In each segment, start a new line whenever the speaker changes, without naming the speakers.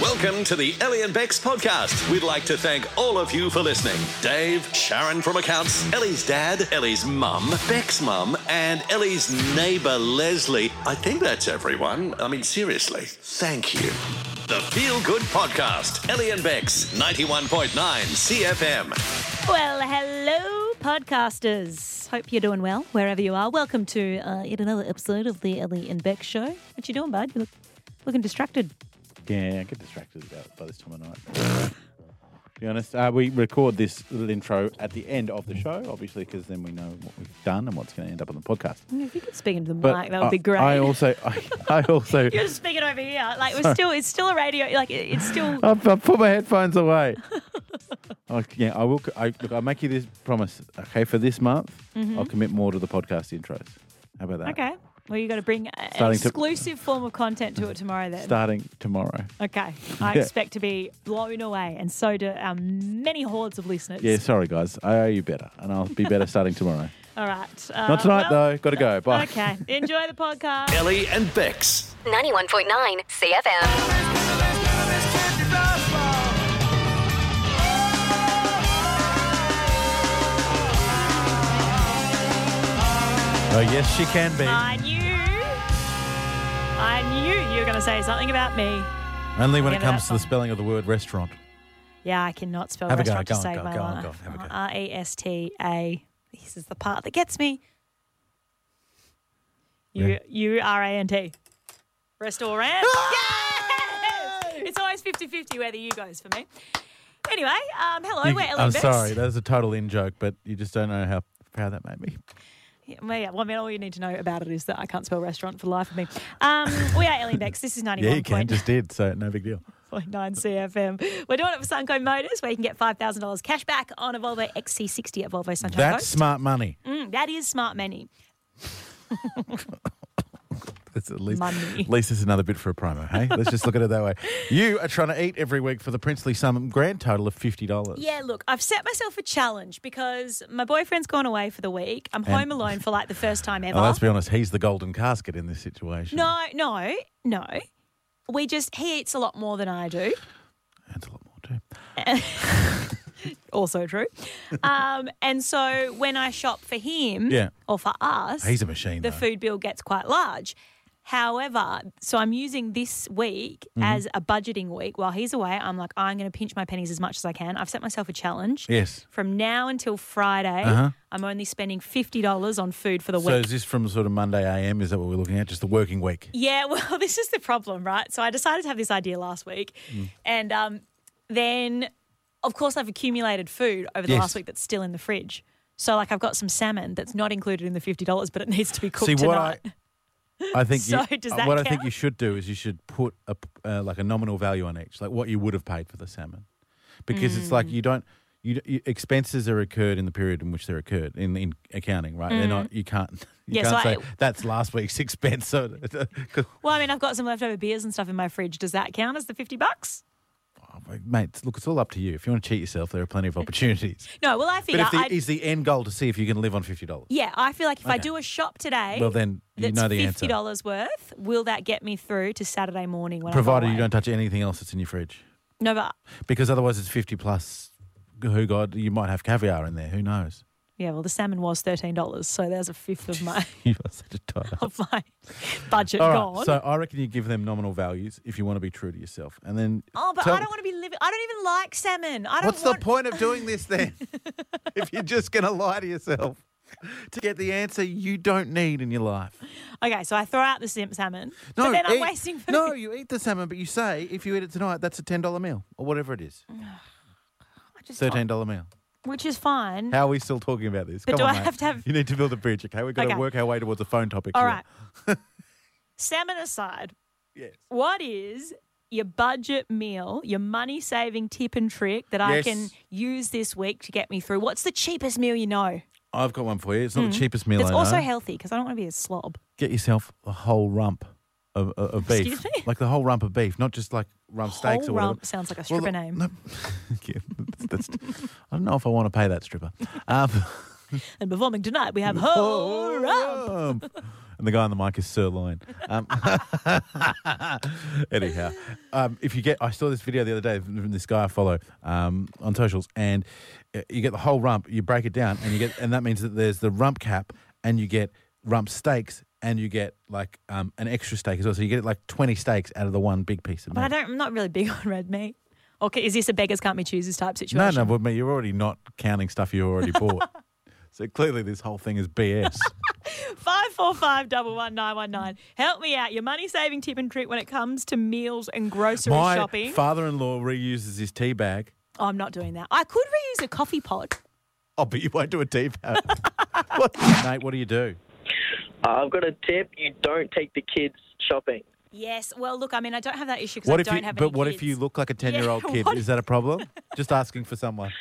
Welcome to the Ellie and Bex podcast. We'd like to thank all of you for listening. Dave, Sharon from accounts, Ellie's dad, Ellie's mum, Beck's mum, and Ellie's neighbour Leslie. I think that's everyone. I mean, seriously, thank you. The Feel Good Podcast, Ellie and Bex, 91.9 CFM.
Well, hello, podcasters. Hope you're doing well wherever you are. Welcome to uh, yet another episode of the Ellie and Beck Show. What you doing, bud? You look looking distracted.
Yeah, I get distracted about by this time of night. to be honest, uh, we record this little intro at the end of the show, obviously, because then we know what we've done and what's going to end up on the podcast.
Mm, If you could speak into the
But
mic, that would
I-
be great.
I also, I, I also,
you're just speaking over here. Like we're still, it's still a radio. Like it- it's still.
I've, I've put my headphones away. I, yeah, I will. I, look, I'll make you this promise. Okay, for this month, I'll commit more to the podcast intros. How about that?
Mm-hmm. Okay. Well, you got to bring a- an
Starting to-
exclusive form of content to it tomorrow then.
Starting tomorrow.
Okay. I
Yeah.
expect to be blown away, and so do our many hordes of listeners.
Yeah, sorry guys, I owe you better, and I'll be better starting tomorrow.
All right. Uh,
Not tonight
well,
though. Got to go. Bye.
Okay. Enjoy the podcast.
Ellie and Bex.
91.9 CFM.
Oh yes, she can be.
I knew. I knew you were going to say something about me.
Only when
Yeah,
it
but
comes
that's
to the
fine.
spelling of the word restaurant.
Yeah, I cannot spell
Have a go,
restaurant
go
to
on,
save
go,
my
go on,
life.
go on, have a go.
R E S T A. This is the part that gets me. U
Yeah.
U R A N T. Restaurant. Yes! It's always 50 50 where the U goes for me. Anyway, um, hello,
You-
we're Ellen
I'm
Bex.
sorry, that was a total in joke, but you just don't know how proud that made me.
Yeah, well, yeah, well, I mean, all you need to know about it is that I can't spell restaurant for the life of me. Um, we are Ellie Bex. This is 91.
Yeah, you can, just did, so no big deal.
9 CFM. We're doing it for Sunco Motors, where you can get $5,000 cash back on a Volvo XC60 at Volvo Sunshine
That's
Coast.
smart money.
Mm, that is smart money.
That's at least,
Money.
At least it's another bit for a promo, hey? Let's just look at it that way. You are trying to eat every week for the princely sum grand total of $50.
Yeah, look, I've set myself a challenge because my boyfriend's gone away for the week. I'm home alone for like the first time ever.
Now, let's be honest, he's the golden casket in this situation.
no, no, no. We just, he eats a lot more than I do.
That's a lot more, too.
Also true. Um, and so when I shop for him
Yeah.
or for us,
He's a machine,
the
though.
food bill gets quite large. However, so I'm using this week
Mm-hmm.
as a budgeting week. While he's away, I'm like, I'm going to pinch my pennies as much as I can. I've set myself a challenge.
Yes.
From now until Friday, I'm only spending $50 on food for the
Uh-huh. So
week.
is this from sort of Monday AM? Is that what we're looking at? Just the working week?
Yeah, well, this is the problem, right? So I decided to have this idea last week.
Mm.
And um, then, of course, I've accumulated food over the
Yes.
last week that's still in the fridge. So, like, I've got some salmon that's not included in the $50, but it needs to be cooked
See what
tonight.
I, I think.
So
you,
does
uh,
that
what I think
count?
you should do is you should put a p- uh, like a nominal value on each, like what you would have paid for the salmon, because it's
Mm.
like you don't. You, d- you, expenses are incurred in the period in which they're incurred in, in accounting, right? They're not. You can't.
Mm.
You
Yeah, so
can't
I-
say that's last week's expense. So,
Well, I mean, I've got some leftover beers and stuff in my fridge. Does that count as the 50 bucks?
mate, look, it's all up to you. If you want to cheat yourself, there are plenty of opportunities.
No, well, I
but
figure
if the, e-
I
is the end goal to see if you can live on fifty dollars?
Yeah, I feel like if I do a shop today,
Well, then you
that's
know the
$50
answer.
worth, will that get me through to Saturday morning when
Provided
I'm
you
away?
don't touch anything else that's in your fridge.
No, but
Because otherwise, it's 50 plus. Who God, you might have caviar in there. Who knows?
yeah, well, the salmon was $13, so there's a fifth of my.
You are such a tired.
of my budget
All
gone.
right, so I reckon you give them nominal values if you want to be true to yourself, and then.
oh, but
tell-
I don't want to be living. I don't even like salmon. I don't.
What's
want-
the point of doing this then? if you're just going to lie to yourself to get the answer you don't need in your life.
Okay, so I throw out the simp salmon, but then
eat-
I'm wasting food.
No, you eat the salmon, but you say if you eat it tonight, that's a ten dollar meal or whatever it is.
Mm, I just
Thirteen dollar meal.
which is fine.
How are we still talking about this?
But
Come
do
on,
I
mate.
have to have-
You need to build a bridge, okay? We've got
Okay.
to work our way towards a phone topic.
All
here.
right, salmon aside,
Yes.
what is your budget meal, your money saving tip and trick that I
Yes.
can use this week to get me through? What's the cheapest meal you know?
I've got one for you. It's not the cheapest meal.
That's
I
Hmm. also
know.
healthy because I don't want to be a slob.
Get yourself a whole rump of, of, of beef,
Excuse me?
like the whole rump of beef, not just like rump steaks
Whole
or whatever.
rump sounds like a
Well,
stripper name.
no- yeah, that's, that's- I don't know if I want to pay that stripper. Um,
And performing tonight, we have whole Oh, rump.
Oh, rump. and the guy on the mic is sirloin. Um, anyhow, um, if you get, I saw this video the other day from this guy I follow um, on socials, and uh, you get the whole rump, you break it down, and you get, and that means that there's the rump cap, and you get rump steaks. And you get like um, an extra steak as well, so you get like twenty steaks out of the one big piece of
But I
meat.
don't, I'm not really big on red meat. Okay, is this a beggars can't be choosers type
No,
situation?
no, but mate, you're already not counting stuff you already bought. so clearly, this whole thing is BS.
Five four five double one nine one nine. Help me out. Your money saving tip and trick when it comes to meals and grocery
My
shopping.
father-in-law reuses his tea bag.
oh, I'm not doing that. I could reuse a coffee pod.
Oh, but you won't do a tea bag, What- mate. What do you do?
Uh, I've got a tip. You don't take the kids shopping.
Yes. Well, look, I mean, I don't have that issue because I
What if
don't
you?
have
But
any
what
kids.
if you look like a ten-year-old
Yeah,
kid?
what
Is that a problem? Just asking for someone.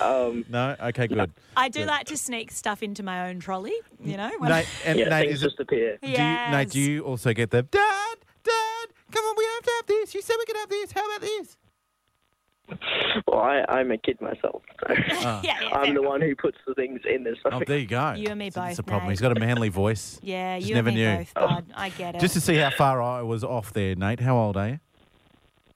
Um,
No. Okay. Good.
I do
Good.
like to sneak stuff into my own trolley. You know. when I-
Nate, and
yeah,
Nate,
things
is it,
just appear.
do you, Nate, do
Yes.
you also get the dad? Dad, come on, we have to have this. You said we could have this. How about this?
Well, I, I'm a kid myself. So
yeah, yeah,
I'm
fair
the
enough.
one who puts the things in the
Oh,
shopping.
there you go.
You and me
That's a
both,
problem.
Nate.
He's got a manly voice.
Yeah,
Just
you
never
and me
knew.
both, bud. I get it.
Just to see how far I was off there, Nate. How old are you?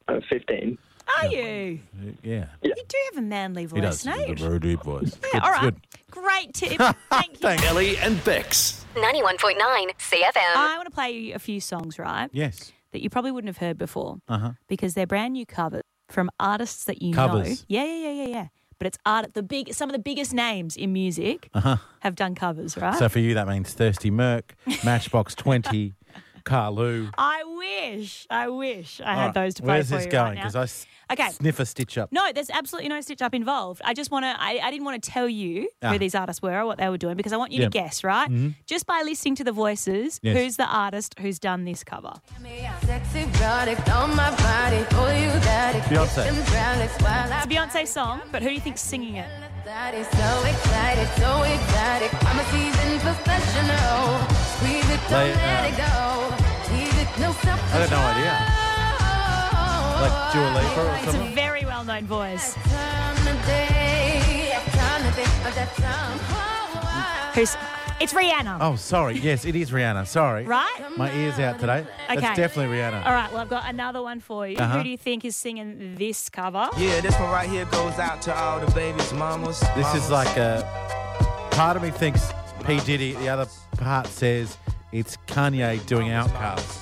I'm 15.
Are you?
Uh, Yeah.
You do have a manly voice, Nate.
He's got a very deep voice.
Yeah, all right. Great tip. Thank you.
Ellie and Bex.
91.9 CFM.
I want to play you a few songs, right?
Yes.
That you probably wouldn't have heard before.
Uh-huh.
Because they're brand new covers from artists that you know.
Covers.
Yeah, yeah, yeah, yeah, yeah. But it's art the big some of the biggest names in music
Uh-huh.
have done covers, right?
So for you, that means Thirsty Merc, Matchbox 20, Carlu.
I wish, I wish I had those to play
Where's
for
this
you
going?
right now.
Because I s-
Okay.
sniff a stitch up.
No, there's absolutely no stitch up involved. I just want to, I, I didn't want to tell you who
Ah.
these artists were or what they were doing because I want you
Yeah. Mm-hmm.
to guess, right? Just by listening to the voices,
Yes.
who's the artist who's done this cover?
Sexy product on my body, pull you that it
Beyonce.
Kiss them brown lips while I
It's a Beyonce song, but who do you think's singing it?
That is so excited, so excited. I'm a seasoned professional. Squeeze it, don't
Like,
let
uh,
it go. Leave it, no self
I got no idea. Like Dua Lipa or
It's
something?
a very well known voice.
Oh,
Who's? It's Rihanna.
Oh, sorry. Yes, it is Rihanna. Sorry.
Right?
My ear's out today.
Okay.
That's definitely Rihanna.
All right, well, I've got another one for you.
Uh-huh.
Who do you think is singing this cover?
Yeah, this one right here goes out to all the babies, mamas.
This is like a. Part of me thinks P. Diddy, the other part says it's Kanye doing Outcast.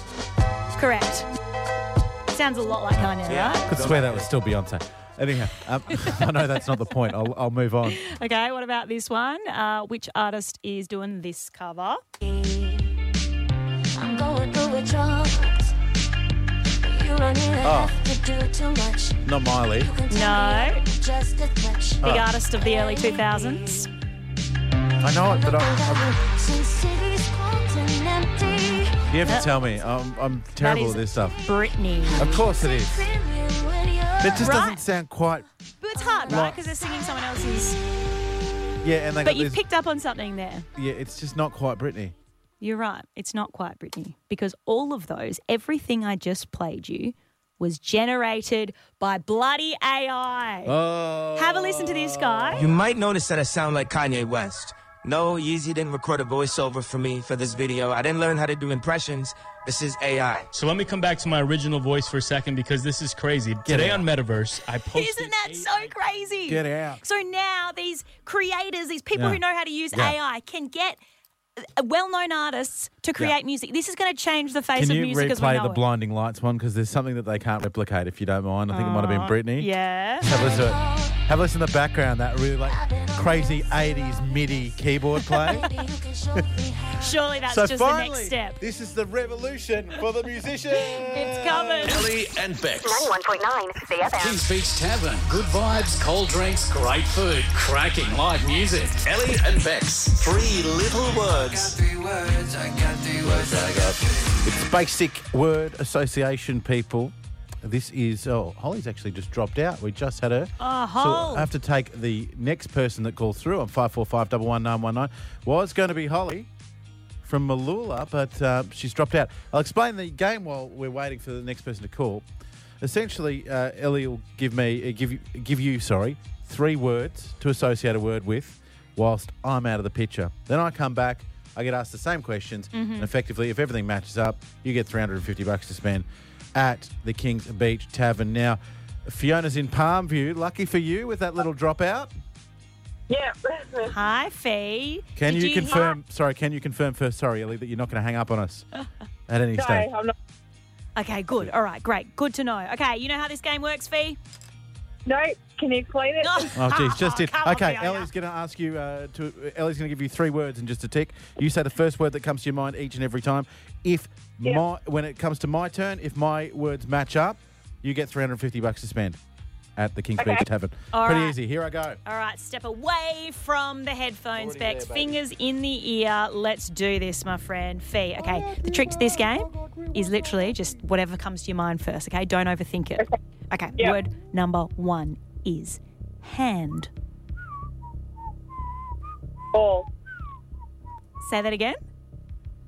Correct. Sounds a lot like Kanye, right?
could swear that was still Beyonce. Anyhow, um, I know that's not the point. I'll, I'll move on.
Okay, what about this one? Uh, which artist is doing this
Uh.
cover?
I'm going through withdrawals. But You don't even
Oh.
have to do too much.
Not Miley.
You can
No.
tell me everything just a touch.
Oh,
Big artist of the early 2000s.
I know
uh,
it, but I, I,
Since cities cold and empty.
you have to tell me. I'm, I'm terrible
is-
at this stuff.
Britney.
Of course it is.
Premium when you're
It just
Right.
doesn't sound quite.
But it's hard, right? Because they're singing someone else's.
Yeah, and they
But
got
you
this,
picked up on something there.
Yeah, it's just not quite Britney.
You're right. It's not quite Britney because all of those, everything I just played you, was generated by bloody AI.
Oh.
Have a listen to this guy.
You might notice that I sound like Kanye West. No, Yeezy didn't record a voiceover for me for this video. I didn't learn how to do impressions. This is AI.
So let me come back to my original voice for a second because this is crazy. Today
out.
on Metaverse, I posted.
Isn't that so crazy?
Get out.
So now these creators, these people
Yeah.
who know how to use
Yeah.
AI, can get uh, well-known artists to create music. This is going to change the face
Can
of
you
music as we
replay
know
the
it.
blinding lights one? Because there's something that they can't replicate. If you don't mind, I think it might have been Britney.
Uh, Yeah.
Have a listen. to it. Have a listen in the background. That really like crazy '80s MIDI keyboard play.
ready, you can show me how.
Surely that's just the next step.
this is the revolution for the musician.
It's covered.
Ellie and Bex.
91.9 CFM.
Kings Beach Tavern. Good vibes, cold drinks, great food, cracking live music.
Ellie and Bex. Three little words.
It's basic word association, people. This is oh, Holly's actually just dropped out. We just had her.
Oh,
So
Hol.
I have to take the next person that calls through on five four five double one nine one nine. Was going to be Holly from Malula, but uh, she's dropped out. I'll explain the game while we're waiting for the next person to call. Essentially, uh, Ellie will give me uh, give you give you sorry three words to associate a word with, whilst I'm out of the picture. Then I come back. I get asked the same questions. And effectively, if everything matches up, you get 350 bucks to spend at the King's Beach Tavern. Now, Fiona's in Palmview. Lucky for you with that little dropout.
Yeah. Hi, Fee.
Can
Did
you, confirm? Sorry, can you confirm first? Sorry, Ellie, that you're not going to hang up on us at any stage.
Okay, good. All right, great. Good to know. Okay, you know how this game works, Fee? No. Can you explain it?
Oh, geez, just it.
come on,
Okay,
Fiona.
Ellie's going to ask you uh, to. Ellie's going to give you three words in just a tick. You say the first word that comes to your mind each and every time. If my when it comes to my turn, if my words match up, you get 350 bucks to spend at the King's
Okay.
Beach Tavern.
All
Pretty
right.
easy. Here I go.
All right, step away from the headphones,
Already
Bex.
there, baby.
Fingers in the ear. Let's do this, my friend. Fee. Okay, the trick to this game is literally just whatever comes to your mind first, okay? Don't overthink it. Okay, word number one is hand.
Ball.
Say that again.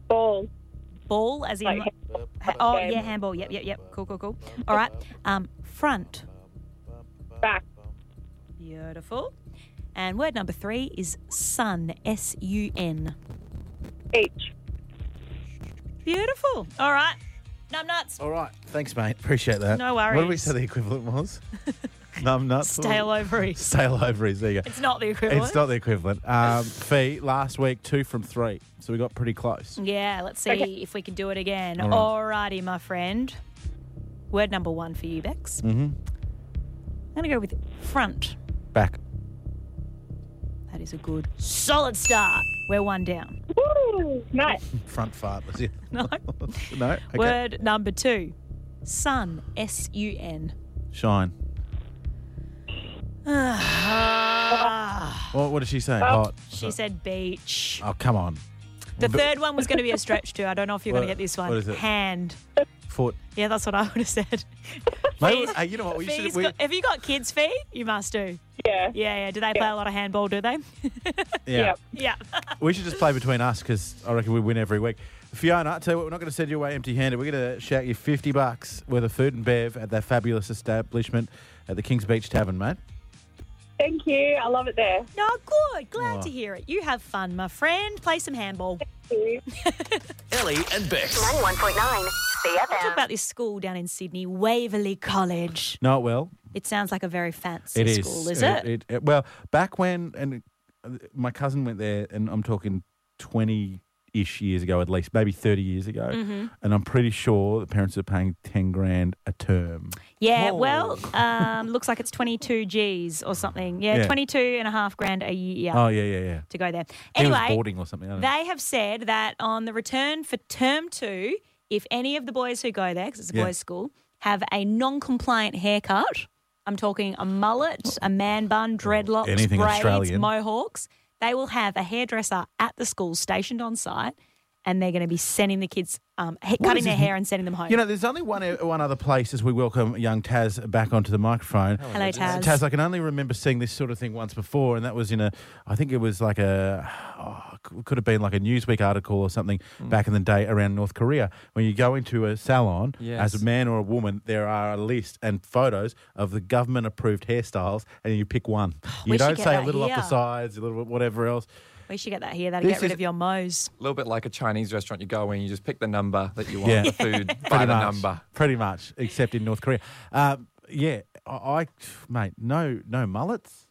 Ball.
Ball, as in.
Like
ha- oh, yeah, handball. Yep, yep, yep. Cool, cool, cool. All right. Um, front.
Back.
Beautiful. And word number three is sun. S U N.
H.
Beautiful. All right. Num nuts.
All right. Thanks, mate. Appreciate that.
No
What did we
worries.
say the equivalent was? Numb nuts.
Stale ovaries.
Stale ovaries. There you go.
It's not the equivalent.
It's not the equivalent. Um, fee last week two from three, so we got pretty close.
Yeah, let's see if we can do it again.
All
Alrighty, my friend. Word number one for you, Bex.
Mm-hmm.
I'm going to go with front.
Back.
That is a good, solid start. We're one down.
Woo! Nice.
Front fart was it?
No.
no. Okay.
Word number two sun. S U N.
Shine. What, what did she say? Hot.
She said beach.
Oh, come on.
The
But-
third one was going to be a stretch too. I don't know if you're going
What-
to get this one.
what is it?
Hand.
Foot.
Yeah, that's what I would have said.
Maybe, hey, you know what? We
Fee's
should. We,
got- have you got kids, Fee? You must do.
Yeah.
Yeah, yeah. Do they play a lot of handball, do they?
yeah.
Yeah.
We should just play between us because I reckon we win every week. Fiona, I tell you what, we're not going to send you away empty-handed. We're going to shout you fifty bucks worth of food and bev at that fabulous establishment at the Kings Beach Tavern, mate.
Thank you. I love it there.
No, good. Glad
Oh.
to hear it. You have fun, my friend. Play some handball.
Ellie and Bex.
91.9
Talk
CFM.
about this school down in Sydney, Waverley College.
Know it well.
It sounds like a very fancy
It is.
school, is
It-
it?
it- it- well, back when, and uh, my cousin went there, and I'm talking 20 ish years ago at least, maybe 30 years ago.
Mhm.
And I'm pretty sure the parents are paying 10 grand a term.
Yeah, well, um, looks like it's 22 G's or something. Yeah,
Yeah.
22 and a half grand a year
Oh, yeah, yeah, yeah.
to go there.
He
Anyway,
was boarding or something. I don't know.
They have said that on the return for term two, if any of the boys who go there, because it's a
Yeah.
boys' school, have a non compliant haircut, I'm talking a mullet, a man bun, dreadlocks,
Oh. Anything
braids,
Australian.
mohawks, they will have a hairdresser at the school stationed on site and they're going to be sending the kids, um, ha-
What
cutting
is
their
this-
hair and sending them home.
You know, there's only one uh, one other place as we welcome young Taz back onto the microphone.
Hello, Taz.
Taz, I can only remember seeing this sort of thing once before, and that was in a, I think it was like a, oh, c- could have been like a Newsweek article or something back in the day around North Korea. When you go into a salon as
Yes.
a man or a woman, there are a list and photos of the government approved hairstyles, and you pick one.
We
you
should
don't
get
say a
that
little off the
here.
sides, a little bit whatever else.
we should get that here. That'll
This
get rid
is-
of your mo's.
A little bit like a Chinese restaurant. You go in, you just pick the number that you want,
Yeah.
the food by the
much,
number.
Pretty much, except in North Korea. Um, yeah, I, I, mate, no, no mullets.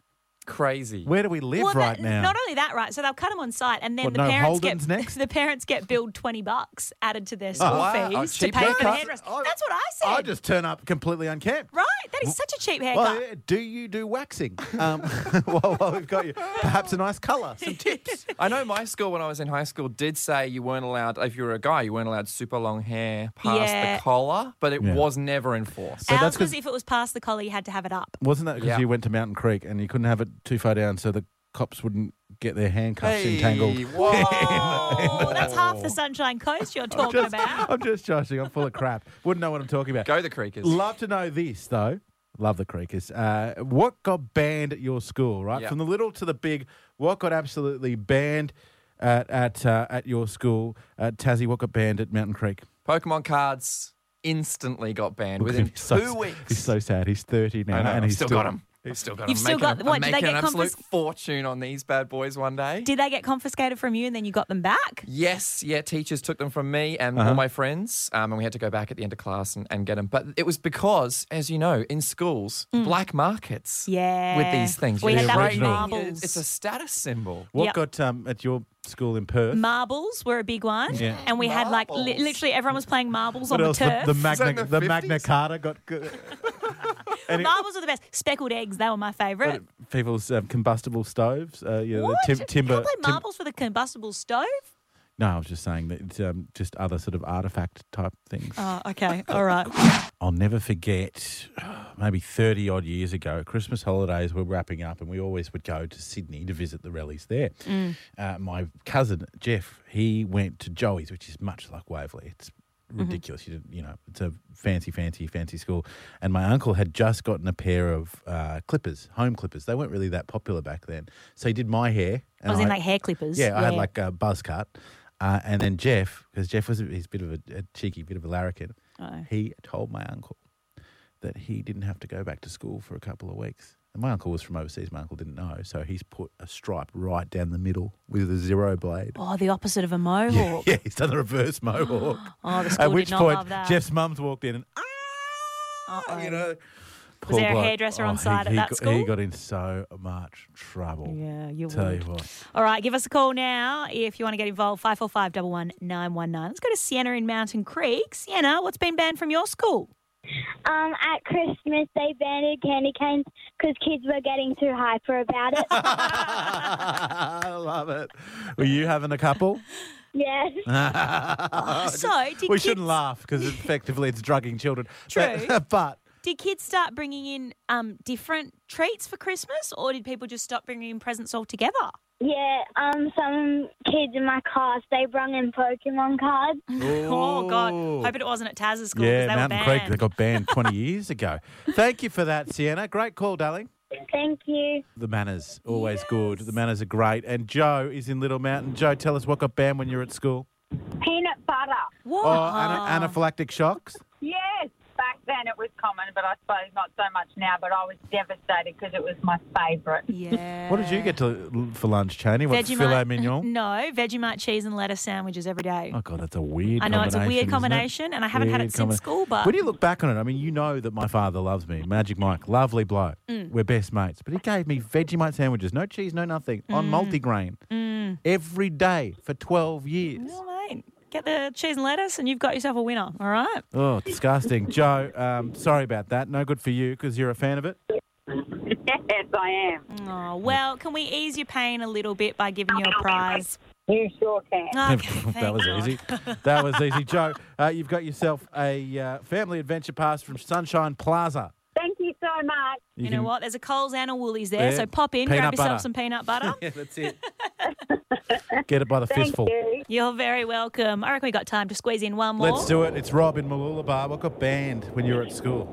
Crazy.
Where do we live
Well,
right
that-
now?
Not only that, right? So they'll cut them on site, and then
What,
the
no
parents
Holden's
get
next?
the parents get billed twenty bucks added to their school
Oh, wow.
fees to
Cheap
pay for the
haircut.
hairdresser. That's what I said.
I just turn up completely unkempt.
Right? That is such a cheap haircut.
Well, yeah, do you do waxing? Um, while, while we've got you, perhaps a nice colour, some tips.
I know my school when I was in high school did say you weren't allowed if you were a guy you weren't allowed super long hair past
Yeah.
the collar, but it was never enforced.
So that's
Ours was
'cause-
if it was past the collar, you had to have it up.
Wasn't that because
Yeah.
you went to Mountain Creek and you couldn't have it too far down, so the cops wouldn't get their handcuffs
Hey,
entangled?
whoa.
Well, Oh, that's half the Sunshine Coast you're talking
Oh. just-
about.
I'm just joshing. I'm full of crap. Wouldn't know what I'm talking about.
Go the Creekers.
Love to know this though. Love the Creekers. Uh, what got banned at your school? Right
Yeah.
from the little to the big. What got absolutely banned at at uh, at your school? At Tassie, what got banned at Mountain Creek?
Pokemon cards instantly got banned
Look at
within
him, he's so-
two weeks.
He's so sad. He's 30 now,
I know,
and
I've
he's
still got 'em. I've still got.
You've
I'm
still
making
got-
a-
what,
I'm
did they
making
get
an absolute
confisc-
fortune on these bad boys one day.
Did they get confiscated from you and then you got them back?
Yes, yeah, teachers took them from me and
Uh-huh.
all my friends, um, and we had to go back at the end of class and, and get them. But it was because, as you know, in schools, black markets
Mm. Yeah.
with these things.
We
You're
had that with
trading.
marbles.
It's a status symbol.
What
Yep.
got um, at your school in Perth?
Marbles were a big one.
Yeah.
And we had like li- literally everyone was playing marbles
What
on
else?
the turf.
The, the Magna, the Magna Carta got good. Any-
marbles were the best. Speckled eggs, they were my favourite.
people's um, combustible stoves. Uh, you know,
What?
The tim- timber.
Can't play
tim-
marbles with a combustible stove?
no, I was just saying that it's um, just other sort of artifact type things.
Oh, okay. All right.
I'll never forget, maybe 30 odd years ago, Christmas holidays were wrapping up, and we always would go to Sydney to visit the rallies there.
Mm.
Uh, my cousin, Jeff, he went to Joey's, which is much like Waverley. It's ridiculous. You, didn't- you know, it's a fancy, fancy, fancy school. And my uncle had just gotten a pair of uh, clippers, home clippers. They weren't really that popular back then. So he did my hair.
I Oh, was in like hair clippers.
Yeah, I had like a buzz cut. Uh, and then Jeff, because Jeff was a, he's a bit of a, a cheeky, bit of a larrikin.
Uh-oh.
He told my uncle that he didn't have to go back to school for a couple of weeks. And my uncle was from overseas. My uncle didn't know, so he's put a stripe right down the middle with a zero blade.
Oh, the opposite of a mohawk.
Yeah, he's done the reverse mohawk.
Oh, the
At
school
which
did not
point,
love that.
Jeff's mum's walked in and "Ah,"
Uh-oh.
you know,
Was
poor
there a
bloke.
hairdresser on
Oh,
site at
he, he
that
got,
school?
He got in so much trouble.
Yeah, you
Tell
would.
you what.
All right, give us a call now if you want to get involved. 545 11919. Let's go to Sienna in Mountain Creek. Sienna, what's been banned from your school?
Um, at Christmas, they banned candy canes because kids were getting too hyper about it.
I love it. Were you having a couple?
yes.
Oh, so, did
we
kids-
shouldn't laugh because effectively it's drugging children.
True.
But, but
Did kids start bringing in um, different treats for Christmas or did people just stop bringing in presents altogether?
Yeah, um, some kids in my class, they brung in Pokemon cards.
Oh, God. Hope it wasn't at Taz's school because
yeah,
they
Mountain
were
Creek
banned.
they got banned 20 years ago. Thank you for that, Sienna. Great call, darling.
Thank you.
The manners always good. The manners are great. And Joe is in Little Mountain. Joe, tell us what got banned when you were at school.
Peanut butter.
Oh, ana- anaphylactic shocks.
Yes, back then it was common, but I suppose not so much now. But I was devastated because it was my favourite.
Yeah.
What did you get to, for lunch, Cheney? What filet mignon?
No, Vegemite cheese and lettuce sandwiches every day.
Oh God, that's a weird.
I know, it's a weird
combination, isn't
combination, and I haven't had it since school, but-
when you look back on it, I mean, you know that my father loves me, Magic Mike, lovely bloke.
Mm.
We're best mates, but he gave me Vegemite sandwiches, no cheese, no nothing, on multigrain
Mm.
every day for twelve years.
Well, mate, get the cheese and lettuce, and you've got yourself a winner. All right.
Oh, disgusting, Joe. Um, sorry about that. No good for you because you're a fan of it.
Yes, I am.
Oh, well, can we ease your pain a little bit by giving you a prize?
You sure can.
that was easy. That was easy, Joe. Uh, you've got yourself a uh, family adventure pass from Sunshine Plaza.
Thank you so much.
You
You,
can-
know what? There's a Coles and a Woolies there,
Yeah.
so pop in,
Peanut
grab yourself
butter.
some peanut butter.
yeah, that's it. Get it by the fistful.
You. are very welcome. I reckon we got time to squeeze in one more.
Let's do it. It's Rob in Malulabar. What got banned when you were at school?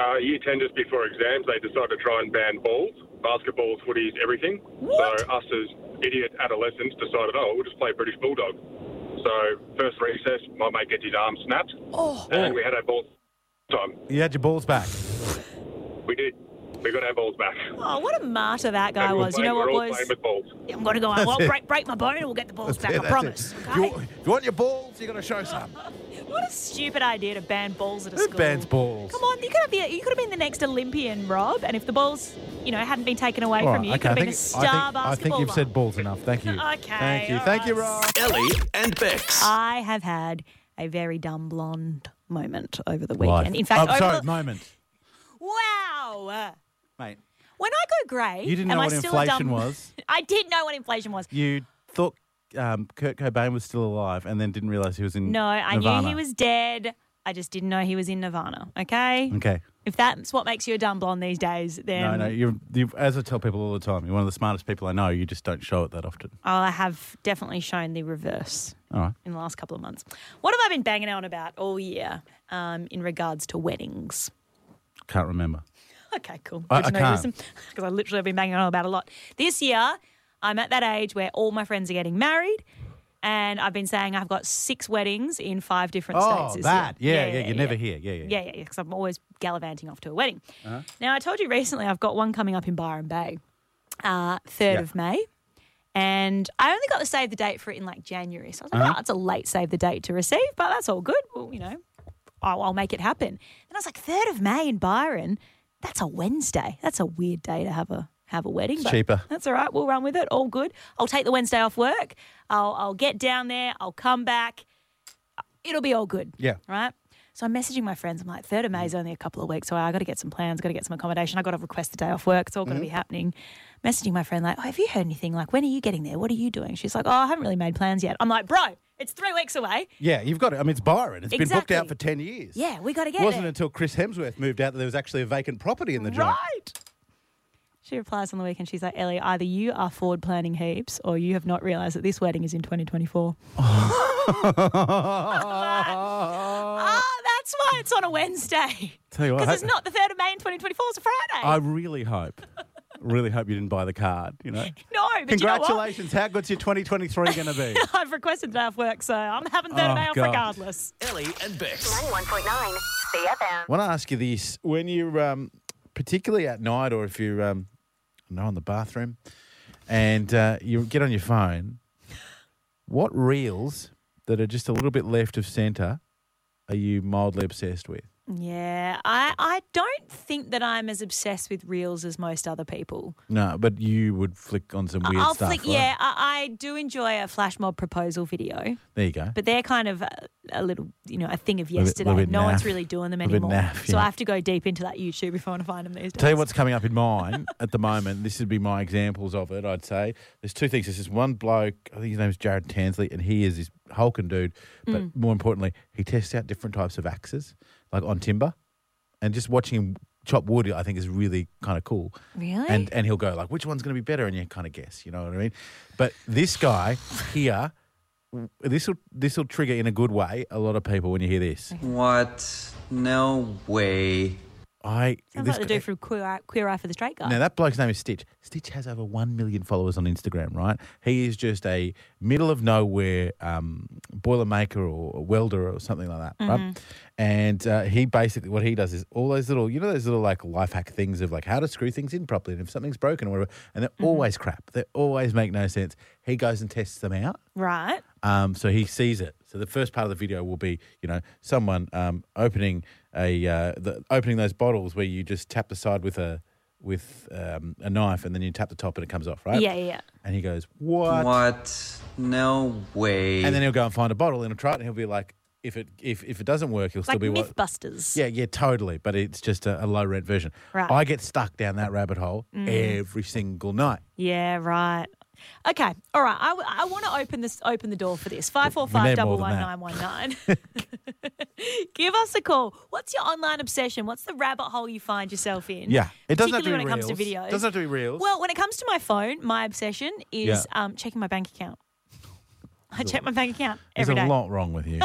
Uh, year 10, just before exams, they decided to try and ban balls, basketballs, footies, everything. So us as idiot adolescents decided, oh, we'll just play British Bulldog. So first recess, my mate gets his arm snapped,
Oh.
and we had our balls. Time
You had your balls back.
we did, we got our balls back.
Oh, what a martyr that guy
And we're
was. You
playing-
know what,
we're all
boys?
playing with balls.
Yeah, I'm going to go out.
That's
Well,
it.
break, break my bone and we'll get the balls back,
Yeah,
I
that's
promise.
it. You, wa- you want your balls? you got to show some.
What a stupid idea to ban balls at a
Who
school.
bans balls?
Come on, you could have been, you could have been the next Olympian, Rob. And if the balls, you know, hadn't been taken away
All
from
right,
you, you could have
I
been a
think,
star
I think, I think
basketballer.
you've said balls enough. Thank you.
Okay,
Thank you.
all
Thank you, Rob.
right.
Ellie and Bex.
I have had a very dumb blonde moment over the
Life.
weekend. In fact,
I'm
over
Oh, sorry,
the-
moment.
wow,
Mate.
When I go grey,
You didn't
am
know
I
what
still a
inflation
dumb...
was.
I did know what inflation was.
You thought um, Kurt Cobain was still alive and then didn't realise he was in
No, I knew
Nirvana.
he was dead. I just didn't know he was in Nirvana. Okay.
Okay.
If that's what makes you a dumb blonde these days, then
Mm. No, no. You're, you as I tell people all the time, you're one of the smartest people I know. You just don't show it that often.
I have definitely shown the reverse
All right.
in the last couple of months. What have I been banging on about all year um, in regards to weddings?
Can't remember.
Okay, cool.
I-
Good to know
I
you
can't.
listen because I literally have been banging on about a lot. This year, I'm at that age where all my friends are getting married, and I've been saying I've got six weddings in five different
Oh,
states. this
that.
year.
Yeah, yeah, you're never here. Yeah, yeah, yeah.
Yeah, yeah, because I'm always gallivanting off to a wedding.
Uh-huh.
Now, I told you recently I've got one coming up in Byron Bay, uh, 3rd
Yeah.
of May. And I only got to save the date for it in like January. So I was like,
Uh-huh.
oh, it's a late save the date to receive, but that's all good. Well, you know, I'll, I'll make it happen. And I was like, 3rd of May in Byron, that's a Wednesday. That's a weird day to have a have a wedding.
It's
but
cheaper.
That's all right. We'll run with it. All good. I'll take the Wednesday off work. I'll, I'll get down there. I'll come back. It'll be all good
Yeah.
right? So I'm messaging my friends. I'm like, third of May is only a couple of weeks away. I got to get some plans. Got to get some accommodation. I got to request a day off work. It's all going to be
Mhm.
Mm-hmm.
happening. Messaging my friend like, oh, have you heard anything? Like, when are you getting there? What are you doing? She's like, oh, I haven't really made plans yet. I'm like, bro, it's three weeks away.
Yeah, you've got it. I mean, it's Byron. It's been booked out
Exactly.
for 10 years.
Yeah, we got to
It
get
wasn't
there.
until Chris Hemsworth moved out that there was actually a vacant property in the joint.
Right. She replies on the weekend. She's like, Ellie, either you are forward planning heaps, or you have not realised that this wedding is in 2024. Ah, that's why it's on a Wednesday.
Tell you what,
because
I-
it's not the third of May in 2024. It's a Friday.
I really hope, really hope you didn't buy the card, you know?
no, but You know what?
Congratulations. How good's your 2023 going to be?
I've requested that off work, so I'm having that
Oh,
day off
God.
regardless.
Ellie and Bex.
91.9 CFM.
want to ask you this: when you're um, particularly at night, or if you're, um, I know, in the bathroom, and uh, you get on your phone, what reels that are just a little bit left of centre are you mildly obsessed with?
Yeah, I, I don't think that I'm as obsessed with reels as most other people.
No, but you would flick on some weird
I'll
stuff.
flick,
right?
yeah, I, I do enjoy a flash mob proposal video,
There you go.
but they're kind of a, a little, you know, a thing of
Little bit-
yesterday.
little bit
no one's
naff.
really doing them
Little bit
anymore.
naff,
So I
yeah.
have to go deep into that YouTube if I want to find them these days.
Tell you what's coming up in mine at the moment. This would be my examples of it, I'd say. There's two things. There's this one bloke, I think his name's Jared Tansley, and he is this hulking dude. But
Mm.
more importantly, he tests out different types of axes, like on timber. And just watching him chop wood, I think, is really kind of cool.
Really?
And and he'll go like, which one's going to be better? And you kind of guess, you know what I mean? But this guy here, this will this will trigger in a good way a lot of people when you hear this. What? No way. I
Sounds
this
like the
guy-
dude from Queer Eye, Queer Eye for the Straight Guy.
now that bloke's name is Stitch. Stitch has over one million followers on Instagram, right? He is just a middle of nowhere um, boilermaker or welder or something like that,
Mhm.
right? And uh, he basically what he does is all those little, you know, those little like life hack things of like how to screw things in properly and if something's broken or whatever, and they're always crap. They always make no sense. He goes and tests them out.
right.
Um, so he sees it. So the first part of the video will be, you know, someone um, opening a uh, the, opening those bottles where you just tap the side with a with um, a knife and then you tap the top and it comes off, right?
Yeah, yeah, yeah.
And he goes, "What?
What? No way.
And then he'll go and find a bottle and he'll try it and he'll be like, "If it if, if it doesn't work, he'll still
Like
be what."
Mythbusters.
Yeah, yeah, totally. But it's just a, a low rent version.
Right.
I get stuck down that rabbit hole
Mm.
every single night.
Yeah, right. Okay, all right. I, w- I want to open this open the door for this. Five four
We
five
need
double
more
one
than
nine one nine. Give us a call. What's your online obsession? What's the rabbit hole you find yourself in?
Yeah, it doesn't have to
particularly
be
when
reels.
it comes to videos.
Doesn't have to be reels.
Well, when it comes to my phone, my obsession is
Yeah.
um, checking my bank account. I check my bank account
There's
every day.
a lot wrong with you.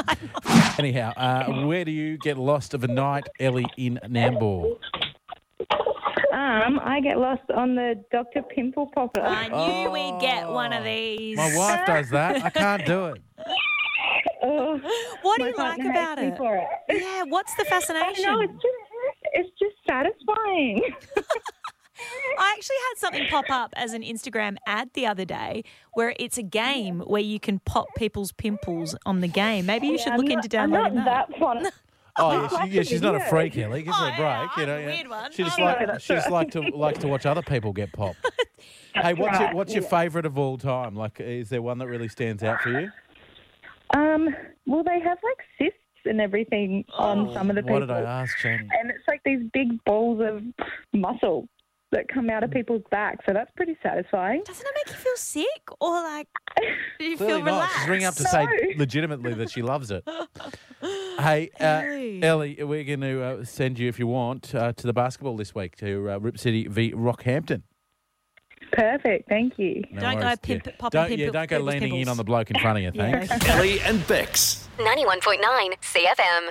Anyhow, uh, where do you get lost of a night, Ellie, in Nambour?
Um, I get lost on the Dr. Pimple Popper.
I knew we'd get one of these.
Oh. My wife does that. I can't do it.
What do
Oh, My
you like
partner
about
hates me
it?
for
Yeah, what's the fascination?
I know, it's just, it's just satisfying.
I actually had something pop up as an Instagram ad the other day where it's a game where you can pop people's pimples on the game. Maybe you
Yeah,
should
I'm
look
not-
into
I'm
downloading
not
that.
one.
Oh, yeah, she, yeah she's not a
Yeah. Oh,
freak, Ellie. Give her a break. you know, yeah. She just, like, she just like to likes to watch other people get popped. hey, what's your,
right,
what's your
yeah.
favourite of all time? Like, is there one that really stands out for you?
Um, well, they have like cysts and everything
Oh.
on some of the
Why
people.
did I ask, Jamie?
And it's like these big balls of muscle that come out of people's backs. So that's pretty satisfying.
Doesn't it make you feel sick or like do you
Clearly
feel
not.
relaxed?
She's ringing up to say legitimately that she loves it. Hey, uh,
Ellie.
Ellie, we're going to uh, send you, if you want, uh, to the basketball this week to uh, Rip City v Rockhampton.
Perfect. Thank you.
No
Don't go
worries.
pimp-
yeah.
popping
don't, Yeah,
pimple-
don't go
people's
leaning in
pimples.
on the bloke in front of you, thanks.
Ellie and Bex.
91.9 CFM.